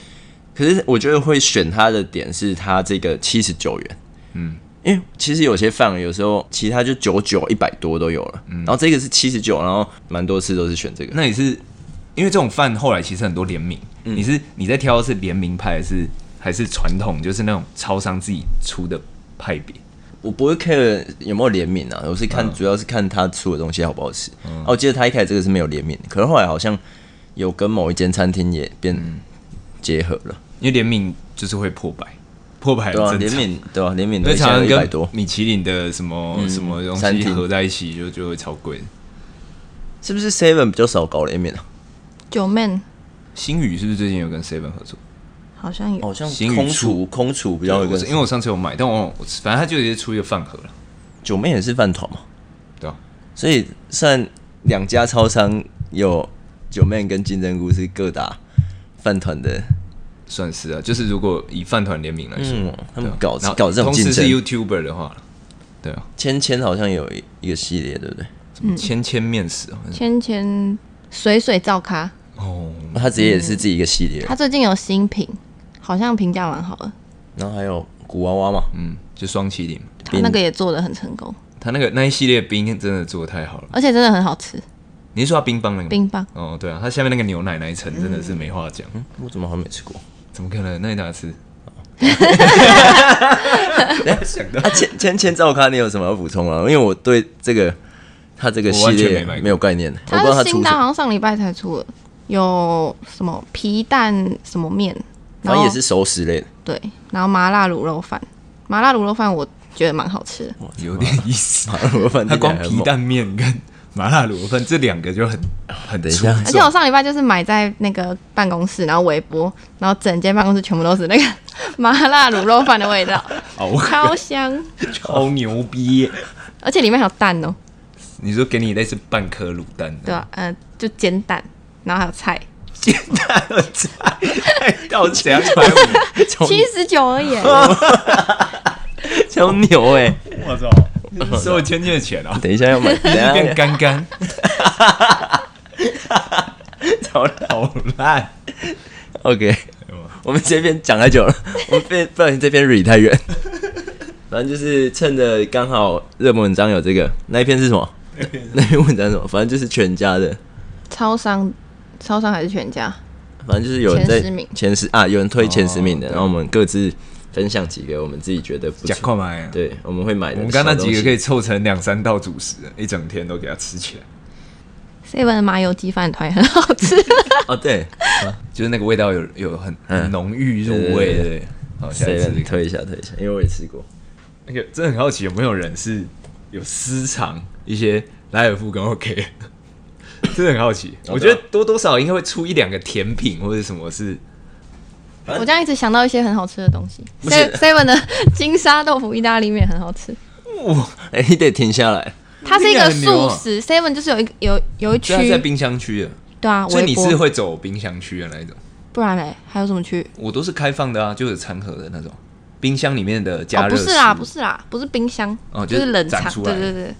Speaker 2: 可是我觉得会选它的点是它这个七十九元，嗯，因为其实有些饭有时候其他就九九一百多都有了，然后这个是七十九，然后蛮多次都是选这个，
Speaker 3: 那你是因为这种饭后来其实很多联名，
Speaker 2: 嗯
Speaker 3: 你是你在挑的是联名派还是还是传统，就是那种超商自己出的派别？
Speaker 2: 我不会 care 有没有联名啊，我是看、主要是看他出的东西好不好吃。啊，我记得他一开始这个是没有联名，可是后来好像有跟某一间餐厅也变结合了，
Speaker 3: 因为联名就是会破百，破百很
Speaker 2: 对啊，
Speaker 3: 正
Speaker 2: 联
Speaker 3: 常。
Speaker 2: 名对啊，联名
Speaker 3: 因为
Speaker 2: 都
Speaker 3: 常常
Speaker 2: 一百
Speaker 3: 跟
Speaker 2: 多，嗯
Speaker 3: 米其林的什么、什么东
Speaker 2: 餐
Speaker 3: 西
Speaker 2: 厅
Speaker 3: 合在一起就，就会超贵。
Speaker 2: 是不是 Seven 比较少搞联名啊？
Speaker 1: 九妹
Speaker 3: 星宇是不是最近有跟 Seven 合作？
Speaker 1: 好像有，
Speaker 2: 哦好像
Speaker 3: 新宇
Speaker 2: 空
Speaker 3: 出
Speaker 2: 厨空厨比较有
Speaker 3: 我
Speaker 2: 跟
Speaker 3: 是，因为我上次有买，但我忘了我吃反正他就直接出一个饭盒了，
Speaker 2: 九妹也是饭团嘛，啊
Speaker 3: 对吧、
Speaker 2: 所以算两家超商有九妹跟金针菇是各打饭团的，
Speaker 3: 算是啊，就是如果以饭团联名来说，
Speaker 2: 嗯，他们
Speaker 3: 对啊
Speaker 2: 搞
Speaker 3: 然后
Speaker 2: 搞这种
Speaker 3: 同
Speaker 2: 竞
Speaker 3: 时是
Speaker 2: 争，
Speaker 3: YouTuber 的话，对啊，
Speaker 2: 芊芊好像有一一个系列，对不对？
Speaker 3: 什么千千面食啊
Speaker 1: 芊芊水水照咖，
Speaker 3: 哦，
Speaker 2: 他直接也是自己一个系列，
Speaker 3: 嗯
Speaker 1: 他最近有新品，好像评价蛮好的，
Speaker 2: 然后还有古娃娃嘛，
Speaker 3: 嗯，就双麒麟，
Speaker 1: 他那个也做的很成功，
Speaker 3: 他那个那一系列冰真的做的太好了。
Speaker 1: 而且真的很好吃，
Speaker 3: 你是说他冰棒那个吗？
Speaker 1: 冰棒。
Speaker 3: 哦，对啊，它下面那个牛奶那一层真的是没话讲，
Speaker 2: 嗯我怎么好像没吃过？
Speaker 3: 怎么可能？那你哪吃？嗯
Speaker 2: 啊，前前前照咖，你有什么要补充吗？因为我对这个他这个系
Speaker 3: 我完
Speaker 2: 列
Speaker 3: 全没买过
Speaker 2: 没有概念，我不知道
Speaker 1: 它
Speaker 2: 他
Speaker 1: 是
Speaker 2: 出
Speaker 1: 新的，
Speaker 2: 什
Speaker 1: 好
Speaker 2: 么，
Speaker 1: 像上礼拜才出的，有什么皮蛋什么面，然
Speaker 2: 反
Speaker 1: 后
Speaker 2: 正也是熟食
Speaker 3: [laughs]
Speaker 2: 类的。
Speaker 1: 对，然后麻辣卤肉饭，麻辣卤肉饭我觉得蛮好吃
Speaker 2: 哦
Speaker 1: 的，
Speaker 3: 有点
Speaker 2: 啊
Speaker 3: 意
Speaker 2: [laughs]
Speaker 3: 思。
Speaker 2: 我反
Speaker 3: 它
Speaker 2: 正
Speaker 3: 光皮蛋面跟麻辣卤肉饭这两个就很很
Speaker 2: 啊等一
Speaker 3: 出
Speaker 2: 下
Speaker 1: 而且我
Speaker 3: 众。
Speaker 1: 上礼拜就是买在那个办公室，然后微波，然后整间办公室全部都是那个 [laughs] 麻辣卤肉饭的味道，
Speaker 3: 好
Speaker 1: 超香，
Speaker 3: [laughs] 超牛逼耶！
Speaker 1: 而且里面还有蛋哦，
Speaker 3: 你说给你类似半颗卤蛋的，
Speaker 1: 对吧、嗯、就煎蛋，然后还有菜，
Speaker 3: 煎蛋和菜，到底怎样穿舞？
Speaker 1: 七十九而已耶，
Speaker 2: [laughs] 超牛
Speaker 3: [laughs]
Speaker 2: 哎！
Speaker 3: 我操！收我千金的
Speaker 2: [laughs]
Speaker 3: 钱啊！
Speaker 2: 等一下要买，等一下
Speaker 3: 变干
Speaker 2: [laughs]
Speaker 3: 干，
Speaker 2: 好了
Speaker 3: 好烂。
Speaker 2: ，OK。我
Speaker 3: 哎
Speaker 2: 们这边讲太
Speaker 3: [laughs]
Speaker 2: 久了，我们被不小心这边 re 太远。反正就是趁着刚好热门文章有这个，那一篇是什么？那篇文章是什么？反正就是全家的，
Speaker 1: 超商，超商还是全家，
Speaker 2: 反正就是有人
Speaker 1: 前
Speaker 2: 在
Speaker 1: 十名
Speaker 2: 前十啊，有人推前十名的，
Speaker 3: 哦对
Speaker 2: 然后我们各自分享几个我们自己觉得不
Speaker 3: 讲
Speaker 2: 错，
Speaker 3: 快买啊！
Speaker 2: 对，我们会买的。
Speaker 3: 我们刚刚那几个可
Speaker 2: 以，
Speaker 3: 以凑成两三道主食，一整天都给它吃起来，
Speaker 1: seven 的麻油鸡饭团也很好吃。
Speaker 2: 哦对，
Speaker 3: 就是那个味道有有很很
Speaker 2: 嗯
Speaker 3: 浓郁入
Speaker 2: 对
Speaker 3: 味
Speaker 2: 对
Speaker 3: 的。
Speaker 2: 对
Speaker 3: 对好，下
Speaker 2: 谁
Speaker 3: 一次
Speaker 2: 人
Speaker 3: 看
Speaker 2: 推一下推一下，因为我也吃过，
Speaker 3: 那个真的很好奇，有没有人是有私藏一些莱尔富跟 OK？真的很好奇，
Speaker 1: 哦
Speaker 3: 我觉
Speaker 1: 啊
Speaker 3: 得多多少少应该会出一两个甜品或者什么是
Speaker 1: 我这样一直想到一些很好吃的东西
Speaker 2: 不是
Speaker 1: ，seven seven 的 [laughs] 金沙豆腐意大利面很好
Speaker 3: 嗯
Speaker 1: 吃，
Speaker 3: 哇，
Speaker 2: 哎，你得停下来，
Speaker 1: 它是一个
Speaker 3: 听起来很牛
Speaker 1: 素
Speaker 3: 啊
Speaker 1: 食，seven 就是有一有有一区
Speaker 3: 虽，然在冰箱区的，
Speaker 1: 对啊，
Speaker 3: 所以
Speaker 1: 微
Speaker 3: 你
Speaker 1: 波
Speaker 3: 是会走冰箱区的那一种。
Speaker 1: 不然嘞还有什么区？
Speaker 3: 我都是开放的啊，就有餐盒的那种，冰箱里面的加
Speaker 1: 哦，
Speaker 3: 热、
Speaker 1: 不是啦，不，是啦，不是冰箱，
Speaker 3: 哦
Speaker 1: 就
Speaker 3: 就是
Speaker 1: 冷
Speaker 3: 展
Speaker 1: 藏，
Speaker 3: 出
Speaker 1: 对
Speaker 3: 来
Speaker 1: 对对，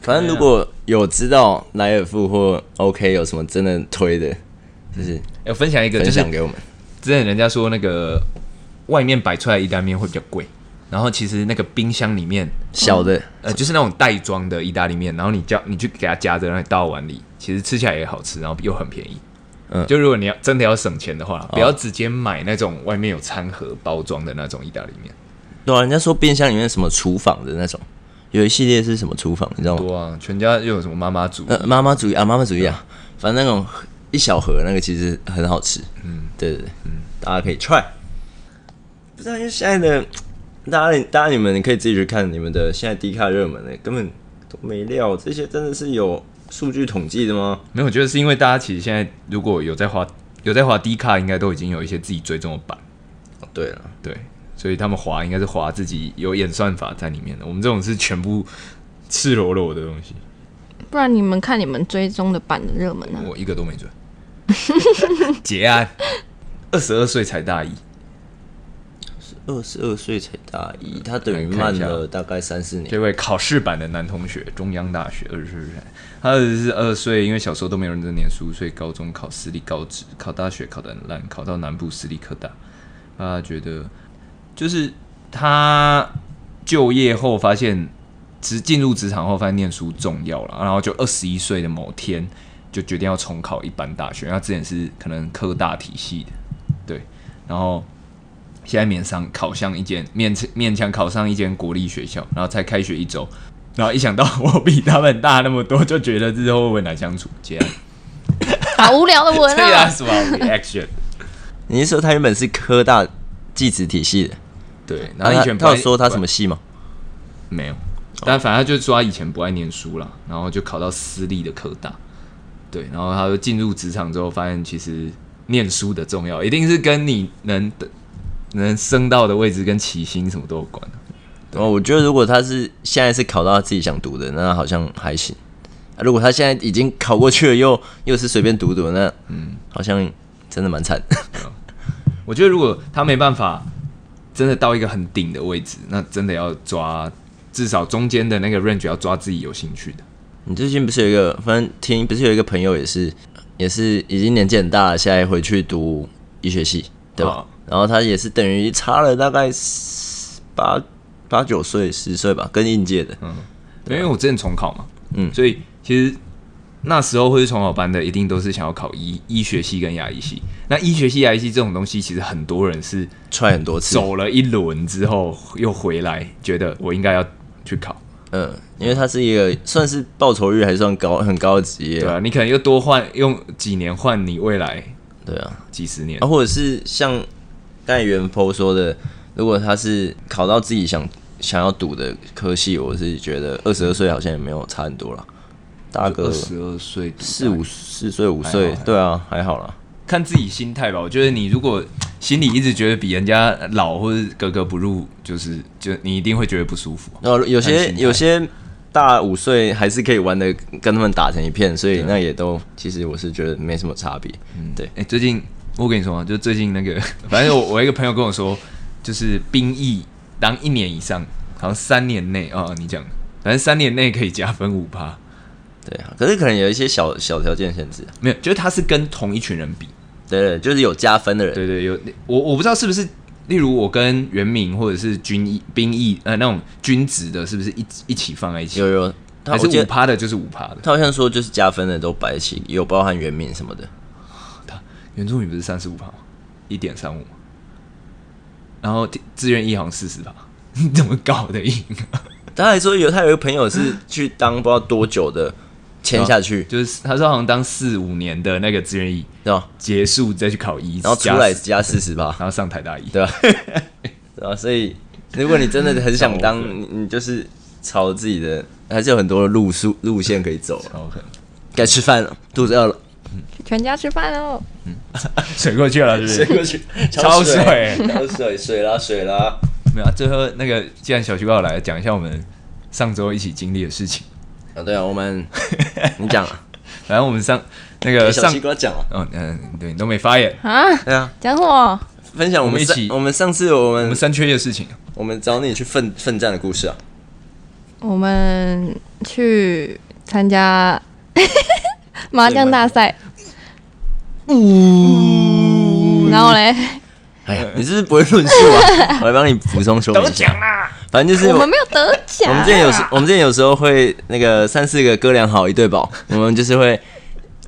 Speaker 2: 反正如果有知道莱尔富或 OK 有什么真的推的，就是
Speaker 3: 要哎分享一个，就
Speaker 2: 分
Speaker 3: 是
Speaker 2: 享给我们。
Speaker 3: 之前人家说那个外面摆出来的意大利面会比较贵，然后其实那个冰箱里面，
Speaker 2: 小的，
Speaker 3: 呃，就是那种袋装的意大利面，然后你叫你去给它夹着，然后你倒碗里，其实吃起来也好吃，然后又很便宜。
Speaker 2: 嗯
Speaker 3: 就如果你要真的要省钱的话，不要直接买那种外面有餐盒包装的那种意大利面，
Speaker 2: 对啊，人家说冰箱里面什么厨房的那种，有一系列是什么厨房，你知道吗？
Speaker 3: 多啊！全家又有什么妈妈煮，
Speaker 2: 呃，妈妈主义啊，妈妈主义啊，反正那种一小盒那个其实很好吃。嗯，对对对，嗯，大家可以 try。不知道因为现在的大家，大家你们可以自己去看你们的现在低卡热门的，根本都没料，这些真的是有数据统计的吗？
Speaker 3: 没有，我觉得是因为大家其实现在如果有在滑有在滑 D 卡，应该都已经有一些自己追踪的版，
Speaker 2: 哦对了，
Speaker 3: 对，所以他们滑应该是滑自己有演算法在里面的。我们这种是全部赤裸裸的东西，
Speaker 1: 对不然你们看你们追踪的版的热门啊，
Speaker 3: 我一个都 [laughs] 没追。结案，二十二岁才大一，
Speaker 2: 二十二岁才大一，他等于
Speaker 3: 来看
Speaker 2: 慢
Speaker 3: 一下
Speaker 2: 了大概三四年。
Speaker 3: 这位考试版的男同学，中央大学二十岁，他二十二岁，因为小时候都没有认真念书，所以高中考私立高职，考大学考得很烂，考到南部私立科大。他觉得就是他就业后发现，职进入职场后发现念书重要了，然后就二十一岁的某天就决定要重考一般大学，因为他之前是可能科大体系的，对，然后现在勉上考上一间勉勉强考上一间国立学校，然后才开学一周，然后一想到我比他们大那么多，就觉得日后会很难相处，这 [laughs] 样，
Speaker 1: 好无聊的
Speaker 3: [laughs]
Speaker 1: 文
Speaker 3: 这样
Speaker 1: 啊！
Speaker 3: 是吧？Reaction，
Speaker 2: 你是说他原本是科大技职体系的？
Speaker 3: 对，然
Speaker 2: 然
Speaker 3: 后
Speaker 2: 后
Speaker 3: 以
Speaker 2: 他
Speaker 3: 前
Speaker 2: 他有说他
Speaker 3: 么？
Speaker 2: 什么系吗？
Speaker 3: 没有，但反正他就说他以前不爱念书啦，然后就考到私立的科大，对，然后他就进入职场之后，发现其实念书的重要，一定是跟你能能升到的位置跟起薪什么都有关。
Speaker 2: 然啊后我觉得如果他是现在是考到他自己想读的，那好像还行。啊如果他现在已经考过去了，又又是随便读读，那嗯，好像真的蛮 [laughs] 惨。
Speaker 3: 我觉得如果他没办法真的到一个很顶的位置，那真的要抓至少中间的那个 range 要抓自己有兴趣的。
Speaker 2: 你最近不是有一个，反正听不是有一个朋友也是，也是已经年纪很大了，现在回去读医学系，对吧？
Speaker 3: 哦
Speaker 2: 然后他也是等于差了大概十八八九岁、十岁吧，跟应届的。
Speaker 3: 因为我之前重考嘛，
Speaker 2: 嗯
Speaker 3: 所以其实那时候会是重考班的，一定都是想要考医医学系跟牙医系。那医学系、牙医系这种东西，其实很多人是
Speaker 2: 踹很多次，
Speaker 3: 走了一轮之后又回来，觉得我应该要去考，
Speaker 2: 嗯，因为他是一个算是报酬率还算高、很高的职业，
Speaker 3: 对啊，你可能又多换用几年换你未来
Speaker 2: 对啊，
Speaker 3: 几十年
Speaker 2: 啊，，或者是像刚才元坡说的，如果他是考到自己想想要读的科系，我是觉得二十二岁好像也没有差很多了，大
Speaker 3: 二
Speaker 2: 个
Speaker 3: 十二岁读
Speaker 2: 四五四岁五
Speaker 3: 还
Speaker 2: 岁
Speaker 3: 好，
Speaker 2: 对啊，还好啦。
Speaker 3: 看自己心态吧。我觉得你如果心里一直觉得比人家老或者格格不入，就是就你一定会觉得不舒服。
Speaker 2: 然后有
Speaker 3: 看
Speaker 2: 些
Speaker 3: 心态
Speaker 2: 有些大五岁还是可以玩的，跟他们打成一片，所以那也都其实我是觉得没什么差别。对，
Speaker 3: 哎、最近我跟你说啊，就最近那个， [laughs] 反正我我一个朋友跟我说，就是兵役当一年以上，好像三年内啊、哦你讲，反正三年内可以加分五趴，
Speaker 2: 对啊，可是可能有一些小小条件限制啊，
Speaker 3: 没有，就是他是跟同一群人比，
Speaker 2: 对对，就是有加分的人，
Speaker 3: 对对，有我我不知道是不是，例如我跟原民或者是军役兵役呃那种军职的，是不是一一起放在一起？
Speaker 2: 有有，他我
Speaker 3: 还是
Speaker 2: 记
Speaker 3: 五
Speaker 2: 得
Speaker 3: 趴的，就是五趴的。
Speaker 2: 他好像说就是加分的都摆一起，有包含原名什么的。
Speaker 3: 原住民不是三十五趴吗？一点三五吗，然后志愿役好像四十趴， [laughs] 你怎么搞的赢啊？
Speaker 2: 他还说有他有一个朋友是去当不知道多久的签下去，
Speaker 3: 就是他说好像当四五年的那个志愿役
Speaker 2: 对吧？
Speaker 3: 结束再去考医，
Speaker 2: 然后出来
Speaker 3: 加
Speaker 2: 加四十吧，
Speaker 3: 然后上台大医，
Speaker 2: 对吧？对吧？所以如果你真的很想当，你你就是朝自己的，还是有很多的路数路线可以走啊。
Speaker 3: o k
Speaker 2: 该吃饭了，肚子饿了，
Speaker 1: 全家吃饭哦，
Speaker 3: 水过去了，是不是？
Speaker 2: 去，
Speaker 3: 超水
Speaker 2: 超水，水啦水啦。
Speaker 3: 没有、啊。最后那个，既然小徐要来讲一下我们上周一起经历的事情，
Speaker 2: 啊，对啊，我们你讲啊，
Speaker 3: 反正我们上那
Speaker 2: 给
Speaker 3: 个
Speaker 2: 小
Speaker 3: 呃上
Speaker 2: 西，瓜讲啊，
Speaker 3: 嗯嗯，对你都没发言，
Speaker 1: 啊，
Speaker 2: 对啊，
Speaker 1: 讲什么？
Speaker 2: 分享我们
Speaker 3: 我们一
Speaker 2: 上
Speaker 3: 起
Speaker 2: 我们上次我
Speaker 3: 我们
Speaker 2: 们
Speaker 3: 三缺一的事情，啊
Speaker 2: 我们找你去奋奋战的故事啊。
Speaker 1: 我们去参加 [laughs] 麻将大赛。呜、嗯然后嘞，
Speaker 2: 哎呀，你是不是不会论述
Speaker 1: [laughs]
Speaker 2: 啊？我来帮你补充说明一下。反正就是
Speaker 1: 啊我们啊没有得奖、
Speaker 2: 我们之前有时我们之前有时候会那个三四个哥俩好一对宝， [laughs] 我们就是会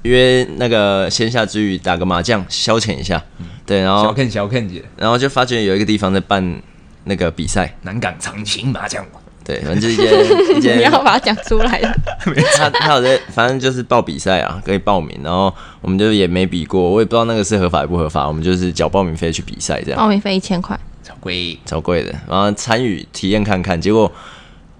Speaker 2: 约那个线下之余打个麻将消遣一下，
Speaker 1: 嗯
Speaker 2: 对，然
Speaker 3: 小
Speaker 2: 后
Speaker 3: Ken 小 Ken 姐，
Speaker 2: 然后就发觉有一个地方在办那个比赛，
Speaker 3: 南港长青麻将馆，
Speaker 2: 对，反正就是
Speaker 1: [laughs]
Speaker 2: 一间一
Speaker 1: 你
Speaker 2: 间
Speaker 1: 要把它讲出来。
Speaker 2: 他他有在，反正就是报比赛啊，可以报名，然后我们就也没比过，我也不知道那个是合法还不合法，我们就是缴报名费去比赛这样。
Speaker 1: 报名费一千块，
Speaker 3: 小龟，
Speaker 2: 超贵的，然后参与体验看看。结果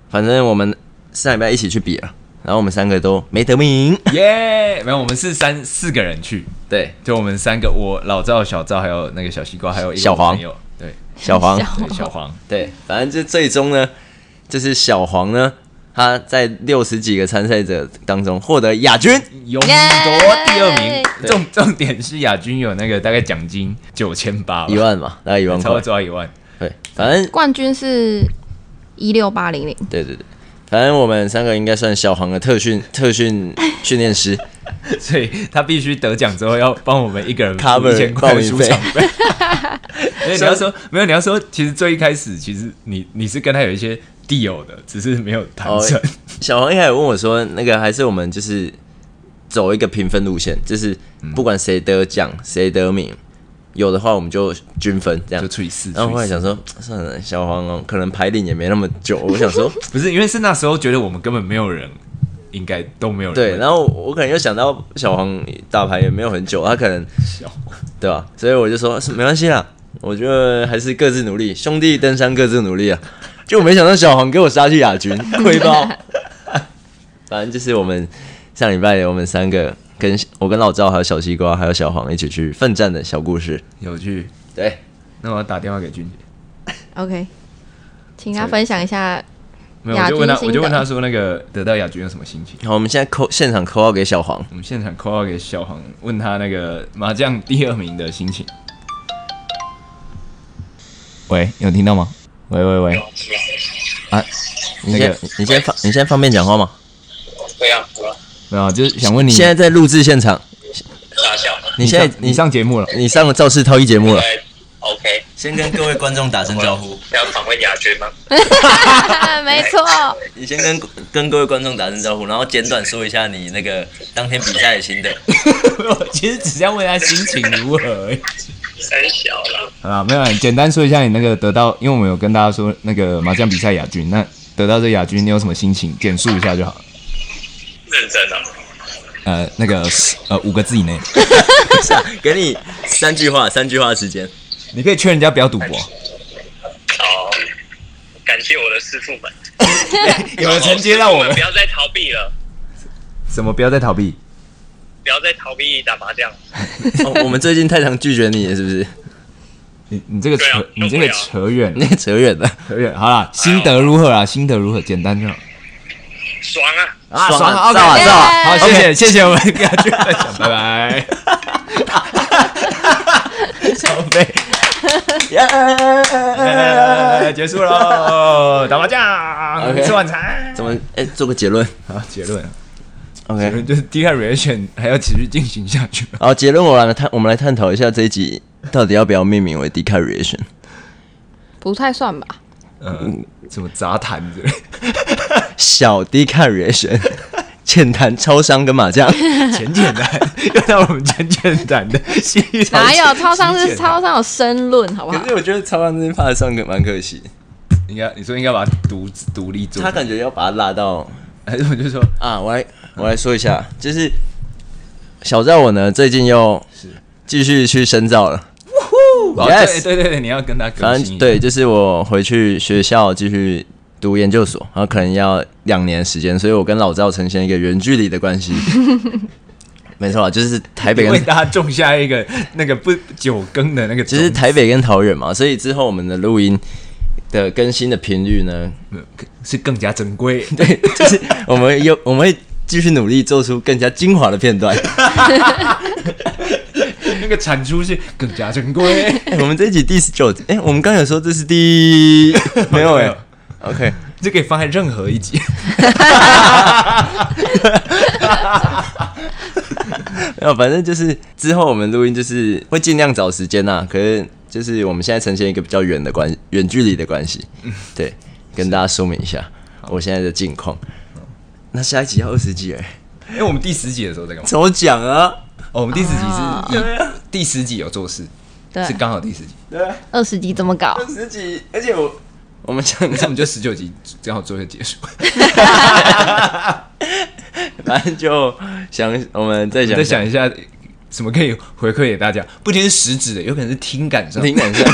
Speaker 2: 反正我们上礼拜一起去比了，啊然后我们三个都没得名。 [laughs]
Speaker 3: 耶、没有，我们是三四个人去，
Speaker 2: 对，
Speaker 3: 就我们三个，我老赵、小赵还有那个小西瓜，还有一个
Speaker 2: 小黄
Speaker 3: 朋友，对
Speaker 2: 小黄，
Speaker 1: 小
Speaker 3: 对，小黄。
Speaker 2: 对，反正就最终呢，就是小黄呢，他在六十几个参赛者当中获得亚军。
Speaker 3: 勇夺第二名
Speaker 2: Yeah
Speaker 3: 重重点是亚军有那个大概奖金九千八，
Speaker 2: 一万嘛，大概一万
Speaker 3: 超
Speaker 2: 块
Speaker 3: 过。抓一万，
Speaker 2: 对，反正
Speaker 1: 冠军是一六八零零，
Speaker 2: 对对对，反正我们三个应该算小黄的特训特训训练师，
Speaker 3: 所以他必须得奖之后要帮我们一个人
Speaker 2: Cover
Speaker 3: 一千块
Speaker 2: 报
Speaker 3: 的
Speaker 2: 名
Speaker 3: 出
Speaker 2: 费
Speaker 3: 场费。因为你要说没有，你要说其实最一开始，其实你你是跟他有一些 deal 的，只是没有谈成。
Speaker 2: 哦小黄一开始问我说，那个还是我们就是走一个平分路线，就是不管谁得奖谁得名，有的话我们就均分这样
Speaker 3: 就。除以四，
Speaker 2: 然后后
Speaker 3: 除以
Speaker 2: 来
Speaker 3: 四
Speaker 2: 想说，算了，小黄哦，可能排领也没那么久。我想说，
Speaker 3: 不是因为是那时候觉得我们根本没有人，应该都没有人
Speaker 2: 对，
Speaker 3: 会
Speaker 2: 然后我可能又想到小黄打牌也没有很久，他可能
Speaker 3: 笑
Speaker 2: 对吧？所以我就说是没关系啦，我觉得还是各自努力，兄弟登山各自努力啊。就没想到小黄给我杀去亚
Speaker 3: [laughs]
Speaker 2: 军，亏包。反正就是我们上礼拜我们三个跟我跟老赵还有小西瓜还有小黄一起去奋战的小故事。
Speaker 3: 有趣。
Speaker 2: 对，
Speaker 3: 那我要打电话给俊杰，
Speaker 1: OK，请他分享一下
Speaker 3: 没有，我啊
Speaker 1: 亚
Speaker 3: 就
Speaker 1: 军
Speaker 3: 问他，
Speaker 1: 心得
Speaker 3: 我就问他说那个得到亚军有什么心情？
Speaker 2: 好，我们现在扣现场扣号给小黄，
Speaker 3: 我们现场 call 给小黄，问他那个麻将第二名的心情。喂，有听到吗？喂喂喂，啊，
Speaker 2: 你
Speaker 3: 那
Speaker 2: 先
Speaker 3: 个
Speaker 2: 你先方你先方便讲话吗？
Speaker 4: 对啊，怎么了
Speaker 3: 没有，就是想问你，
Speaker 2: 现在在录制现场，
Speaker 4: 傻笑？
Speaker 2: 你现在
Speaker 3: 你 [laughs] 上节目了，
Speaker 2: 你上了肇事逃逸节目了，
Speaker 4: 对，OK，
Speaker 2: 先跟各位观众打声招呼。
Speaker 4: 要访问亚军吗？
Speaker 1: [laughs] 没错，
Speaker 2: 你先跟跟各位观众打声招呼，然后简短说一下你那个当天比赛的心得。
Speaker 3: 我其实只是要问他心情如何而已。
Speaker 4: 三小了，
Speaker 3: 好啦，没有啦，啊简单说一下你那个得到，因为我们有跟大家说那个麻将比赛亚军，那得到这亚军你有什么心情？简述一下就好了。
Speaker 4: 认真啊，
Speaker 3: 呃，那个呃五个字以内，
Speaker 2: [laughs] 给你三句话，三句话的时间。
Speaker 3: 你可以劝人家不要赌博，
Speaker 4: 好，哦感谢我的师傅们，
Speaker 3: 有人承接到我
Speaker 4: 们
Speaker 3: 们
Speaker 4: 不要再逃避了，
Speaker 3: 什么不要再逃避。
Speaker 4: 不要再逃避打麻将。
Speaker 2: [laughs] 哦，我们最近太常拒绝你了，是不是？
Speaker 3: 你你这个
Speaker 4: 对啊
Speaker 3: 扯，你这个
Speaker 4: 受不了
Speaker 3: 扯远了
Speaker 2: 那，个扯远了。
Speaker 3: 扯远了。好啦，心得如何啊？心得如何？简单就好。
Speaker 4: 爽啊！
Speaker 3: 啊
Speaker 2: 爽啊
Speaker 3: ，OK，
Speaker 2: 照啊
Speaker 1: 照啊
Speaker 3: 好，谢谢
Speaker 2: OK
Speaker 3: 谢谢我们亚军分享，拜 [laughs] 拜。小飞，呃结束喽，打麻将
Speaker 2: OK
Speaker 3: 吃晚餐。
Speaker 2: 怎么？哎、做个结论。
Speaker 3: 好，结论，结
Speaker 2: OK，
Speaker 3: 论 [laughs] 就是低 i reaction 还要持续进行下去。
Speaker 2: 好，结论我来探，我们来探讨一下这一集到底要不要命名为 d e c a r a t i o n
Speaker 1: 不太算吧？
Speaker 3: 嗯， [laughs] 什么杂谈之类。
Speaker 1: [laughs]
Speaker 2: 小 d e c a r a [laughs] t i o n 浅谈超商跟麻将。
Speaker 3: 简简单，又到我们简简单
Speaker 1: [laughs]
Speaker 3: 的西餐
Speaker 1: 哪有超商
Speaker 3: 西
Speaker 1: 是
Speaker 3: 简单
Speaker 1: 超商有申论，好不好
Speaker 2: 可？是我觉得超商这怕上个蛮可惜，
Speaker 3: 应该你说应该把它独独立做，
Speaker 2: 他感觉要把它拉到
Speaker 3: 还是我就说
Speaker 2: 啊，我来我来说一下，就是小赵我呢最近又继续去深造了。
Speaker 3: 哦
Speaker 2: Yes
Speaker 3: 对对对对，你要跟他更
Speaker 2: 反
Speaker 3: 新
Speaker 2: 正
Speaker 3: 一下，
Speaker 2: 对，就是我回去学校继续读研究所，然后可能要两年时间，所以我跟老赵呈现一个远距离的关
Speaker 3: [laughs]
Speaker 2: 系。没错啊，就是台北
Speaker 3: 为
Speaker 2: 跟
Speaker 3: 大家种下一个那个不久更的那个
Speaker 2: 就
Speaker 3: 种子，
Speaker 2: 是台北跟桃园嘛，所以之后我们的录音的更新的频率呢，
Speaker 3: 没有嗯是更加珍贵。 [laughs]
Speaker 2: 对，就是我们有我们会继续努力做出更加精华的片段。
Speaker 3: 那个产出是更加珍贵。
Speaker 2: [laughs] 哎我们这一集第十九集，哎、我们刚刚有说这是第没有哎、OK，
Speaker 3: 这可以放在任何一集。 [laughs]
Speaker 2: 没有，反正就是之后我们录音就是会尽量找时间呐、可是就是我们现在呈现一个比较远的关远距离的关系，对，跟大家说明一下我现在的近况。那下一集要二十集哎、
Speaker 3: 因为我们第十集的时候在干嘛？
Speaker 2: 抽奖啊！
Speaker 3: 哦，我们第十集
Speaker 1: 啊
Speaker 3: 是一第十集有做事，
Speaker 1: 对
Speaker 3: 是，刚好第十集，
Speaker 2: 对啊，
Speaker 1: 二十集怎么搞？
Speaker 2: 二十集，而且我我们想
Speaker 3: [laughs] 那我们就十九集正好做一个结束。
Speaker 2: 反正就想我们再想
Speaker 3: 再想一下，什么可以回馈给大家？不仅是实质的，有可能是听感上，
Speaker 2: 灵感上，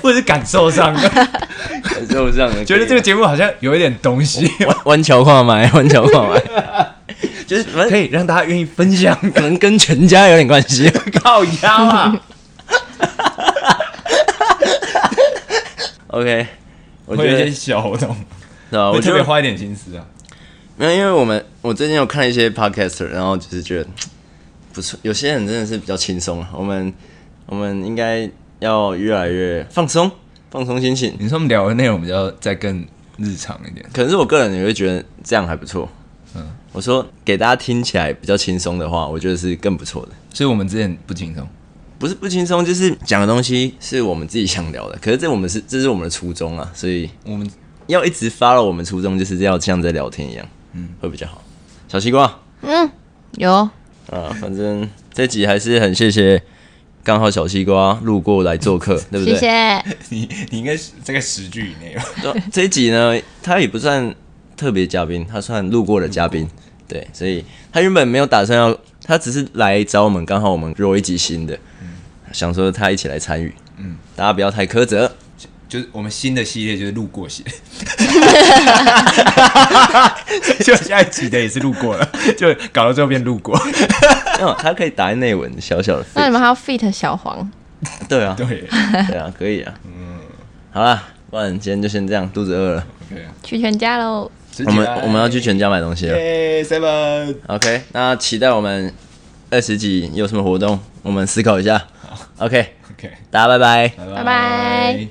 Speaker 3: 或者是感受 [laughs] 上的，
Speaker 2: 感受上的，
Speaker 3: 觉得这个节目好像有一点东西，
Speaker 2: 弯弯桥跨买，弯桥跨买，就是反
Speaker 3: 可
Speaker 2: 正
Speaker 3: 以让大家愿意分享。
Speaker 2: 可能跟全家有点关系。
Speaker 3: 靠腰 [laughs] 啊！
Speaker 2: [laughs] OK，我
Speaker 3: 我
Speaker 2: 觉
Speaker 3: 觉得
Speaker 2: 得
Speaker 3: 一些小活动，
Speaker 2: 是吧？我
Speaker 3: 会
Speaker 2: 觉
Speaker 3: 特
Speaker 2: 得
Speaker 3: 别花一点心思啊。
Speaker 2: 没有，因为我们我最近有看一些 podcaster，然后就是觉得不错，有些人真的是比较轻松啊。我们我们应该要越来越放松，放松心情。
Speaker 3: 你说我们聊的内容比较再更日常一点，
Speaker 2: 可能是我个人也会觉得这样还不错。嗯，我说给大家听起来比较轻松的话，我觉得是更不错的。
Speaker 3: 所以我们之前不轻松。
Speaker 2: 不是不轻松，就是讲的东西是我们自己想聊的。可是这我们是这是我们的初衷啊，所以
Speaker 3: 我们
Speaker 2: 要一直 follow 我们初衷，就是要像在聊天一样，嗯，会比较好。小西瓜
Speaker 1: 嗯，有
Speaker 2: 啊，反正这集还是很谢谢刚好小西瓜路过来做 [laughs] 客，对不对？
Speaker 1: 谢谢。
Speaker 3: 你你应该是大概十句以内吧。
Speaker 2: 对这一集呢，他也不算特别嘉宾，他算路过的嘉宾。对，所以他原本没有打算要，他只是来找我们，刚好我们有一集新的，想说他一起来参与。嗯，大家不要太苛责。
Speaker 3: 就是我们新的系列就是路过系列，就下一集的也是路过了， [laughs] 就搞到最后变路过。 [laughs]
Speaker 2: 没有，他可以打在内文，小小的。
Speaker 1: 那你们还要 fit 小黄？
Speaker 2: 对啊，
Speaker 3: 对
Speaker 2: [laughs] 对啊，可以啊。嗯，好啦，不然今天就先这样，肚子饿了，
Speaker 3: ，OK，
Speaker 1: 去全家喽！
Speaker 2: 我们我们要去全家买东西了。
Speaker 3: 耶 Seven，
Speaker 2: OK，那期待我们二十集有什么活动，我们思考一下。OK，
Speaker 3: OK，
Speaker 2: 大家拜拜。
Speaker 1: 拜拜